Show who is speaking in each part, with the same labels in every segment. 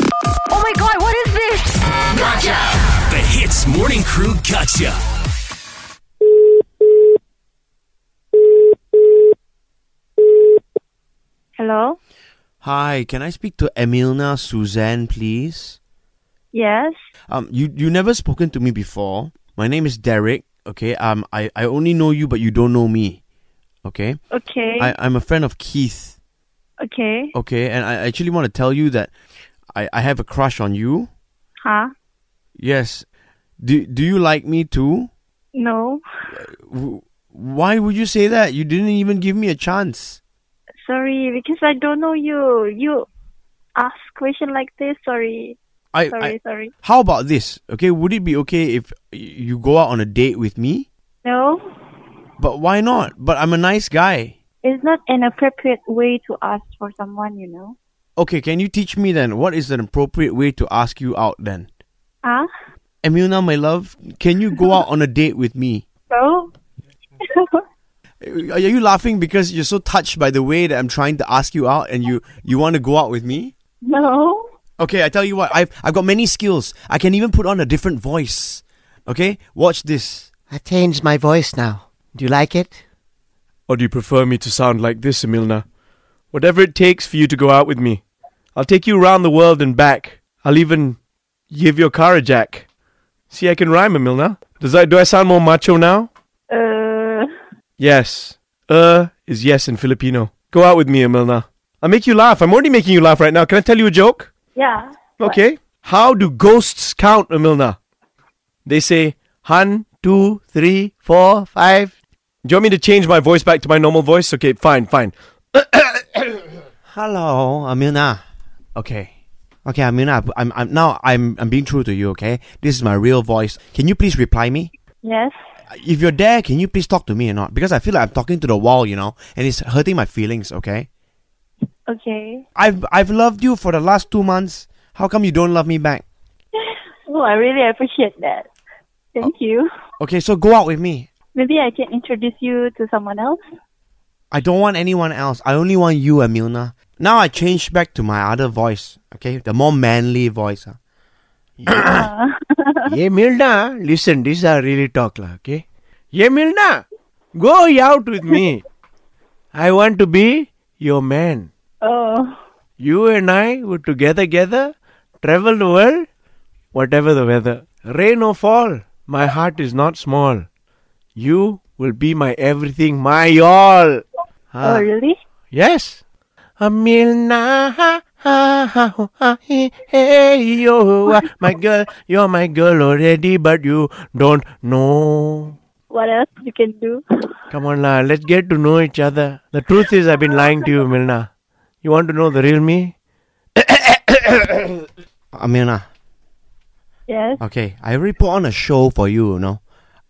Speaker 1: Oh my god, what is this?
Speaker 2: The Hits Morning Crew Gotcha.
Speaker 1: Hello?
Speaker 3: Hi, can I speak to Emilna Suzanne, please?
Speaker 1: Yes?
Speaker 3: Um, you you never spoken to me before. My name is Derek. Okay. Um, I, I only know you, but you don't know me. Okay.
Speaker 1: Okay.
Speaker 3: I I'm a friend of Keith.
Speaker 1: okay.
Speaker 3: Okay, and I actually want to tell you that I I have a crush on you.
Speaker 1: Huh?
Speaker 3: Yes. Do do you like me too?
Speaker 1: No.
Speaker 3: W- Why would you say that? You didn't even give me a chance.
Speaker 1: Sorry, because I don't know you. You ask question like this. Sorry.
Speaker 3: I,
Speaker 1: Sorry,
Speaker 3: I
Speaker 1: sorry.
Speaker 3: how about this? Okay, would it be okay if y- you go out on a date with me?
Speaker 1: No.
Speaker 3: But why not? But I'm a nice guy.
Speaker 1: It's not an appropriate way to ask for someone, you know.
Speaker 3: Okay, can you teach me then what is an appropriate way to ask you out then?
Speaker 1: Huh?
Speaker 3: Emilna, my love, can you go out on a date with me?
Speaker 1: No?
Speaker 3: Are you laughing because you're so touched by the way that I'm trying to ask you out and you, you want to go out with me?
Speaker 1: no.
Speaker 3: Okay, I tell you what, I've, I've got many skills. I can even put on a different voice. Okay, watch this.
Speaker 4: I've changed my voice now. Do you like it?
Speaker 5: Or do you prefer me to sound like this, Emilna? Whatever it takes for you to go out with me. I'll take you round the world and back. I'll even give your car a jack. See, I can rhyme, Emilna. Does I do I sound more macho now?
Speaker 1: Uh,
Speaker 5: Yes. Uh is yes in Filipino. Go out with me, Emilna. I'll make you laugh. I'm already making you laugh right now. Can I tell you a joke?
Speaker 1: yeah.
Speaker 5: Okay. How do ghosts count, Emilna? They say one, two, three, four, five. Do you want me to change my voice back to my normal voice? Okay, fine, fine.
Speaker 3: Hello, Amina. Okay. Okay, Amina, I'm, I'm now I'm I'm being true to you, okay? This is my real voice. Can you please reply me? Uh,
Speaker 1: Yes.
Speaker 3: If you're there, can you please talk to me or not? Because I feel like I'm talking to the wall, you know, and it's hurting my feelings, okay?
Speaker 1: Okay.
Speaker 3: I've I've loved you for the last 2 months. How come you don't love me back?
Speaker 1: Oh, I really appreciate that.
Speaker 3: Oh.
Speaker 1: Thank you.
Speaker 3: Okay, so go out with me.
Speaker 1: Maybe I can introduce you to someone else.
Speaker 3: I don't want anyone else. I only want you, Amina. Now I changed back to my other voice, okay? The more manly voice. uh, huh?
Speaker 4: yeah, Milna, listen, this is our really talk, lah, okay? Yeah, Milna, go out with me. I want to be your man.
Speaker 1: Oh,
Speaker 4: You and I would together, together, travel the world, whatever the weather. Rain or fall, my heart is not small. You will be my everything, my all. Ah.
Speaker 3: Ah.
Speaker 1: oh, really?
Speaker 4: Yes. Amilna, ha, ha, ha, ho, ha, he, hey, yo, ah, my girl, you're my girl already, but you don't know.
Speaker 1: What else you can do?
Speaker 4: Come on, la, let's get to know each other. The truth is, I've been lying to you, Milna. You want to know the real me?
Speaker 3: Amina.
Speaker 1: Yes.
Speaker 3: Okay, I already put on a show for you, you know.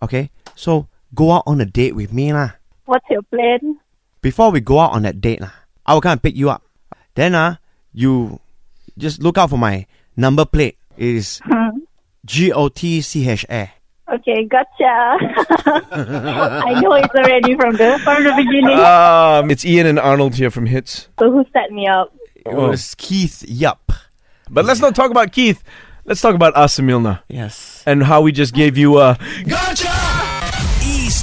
Speaker 3: Okay, so go out on a date with me lah.
Speaker 1: What's your plan?
Speaker 3: Before we go out on that date lah, I will come and pick you up. Then ah, you just look out for my number plate. It is G O T C H A.
Speaker 1: Okay, gotcha. I know it's already from the from the beginning.
Speaker 4: Uh.
Speaker 5: Um, it's Ian and Arnold here from Hits.
Speaker 1: so who set me up?
Speaker 3: It was Keith Yup.
Speaker 5: But let's not talk about Keith. Let's talk about us, Emilna,
Speaker 3: Yes.
Speaker 5: and how we just gave you a.
Speaker 2: Ease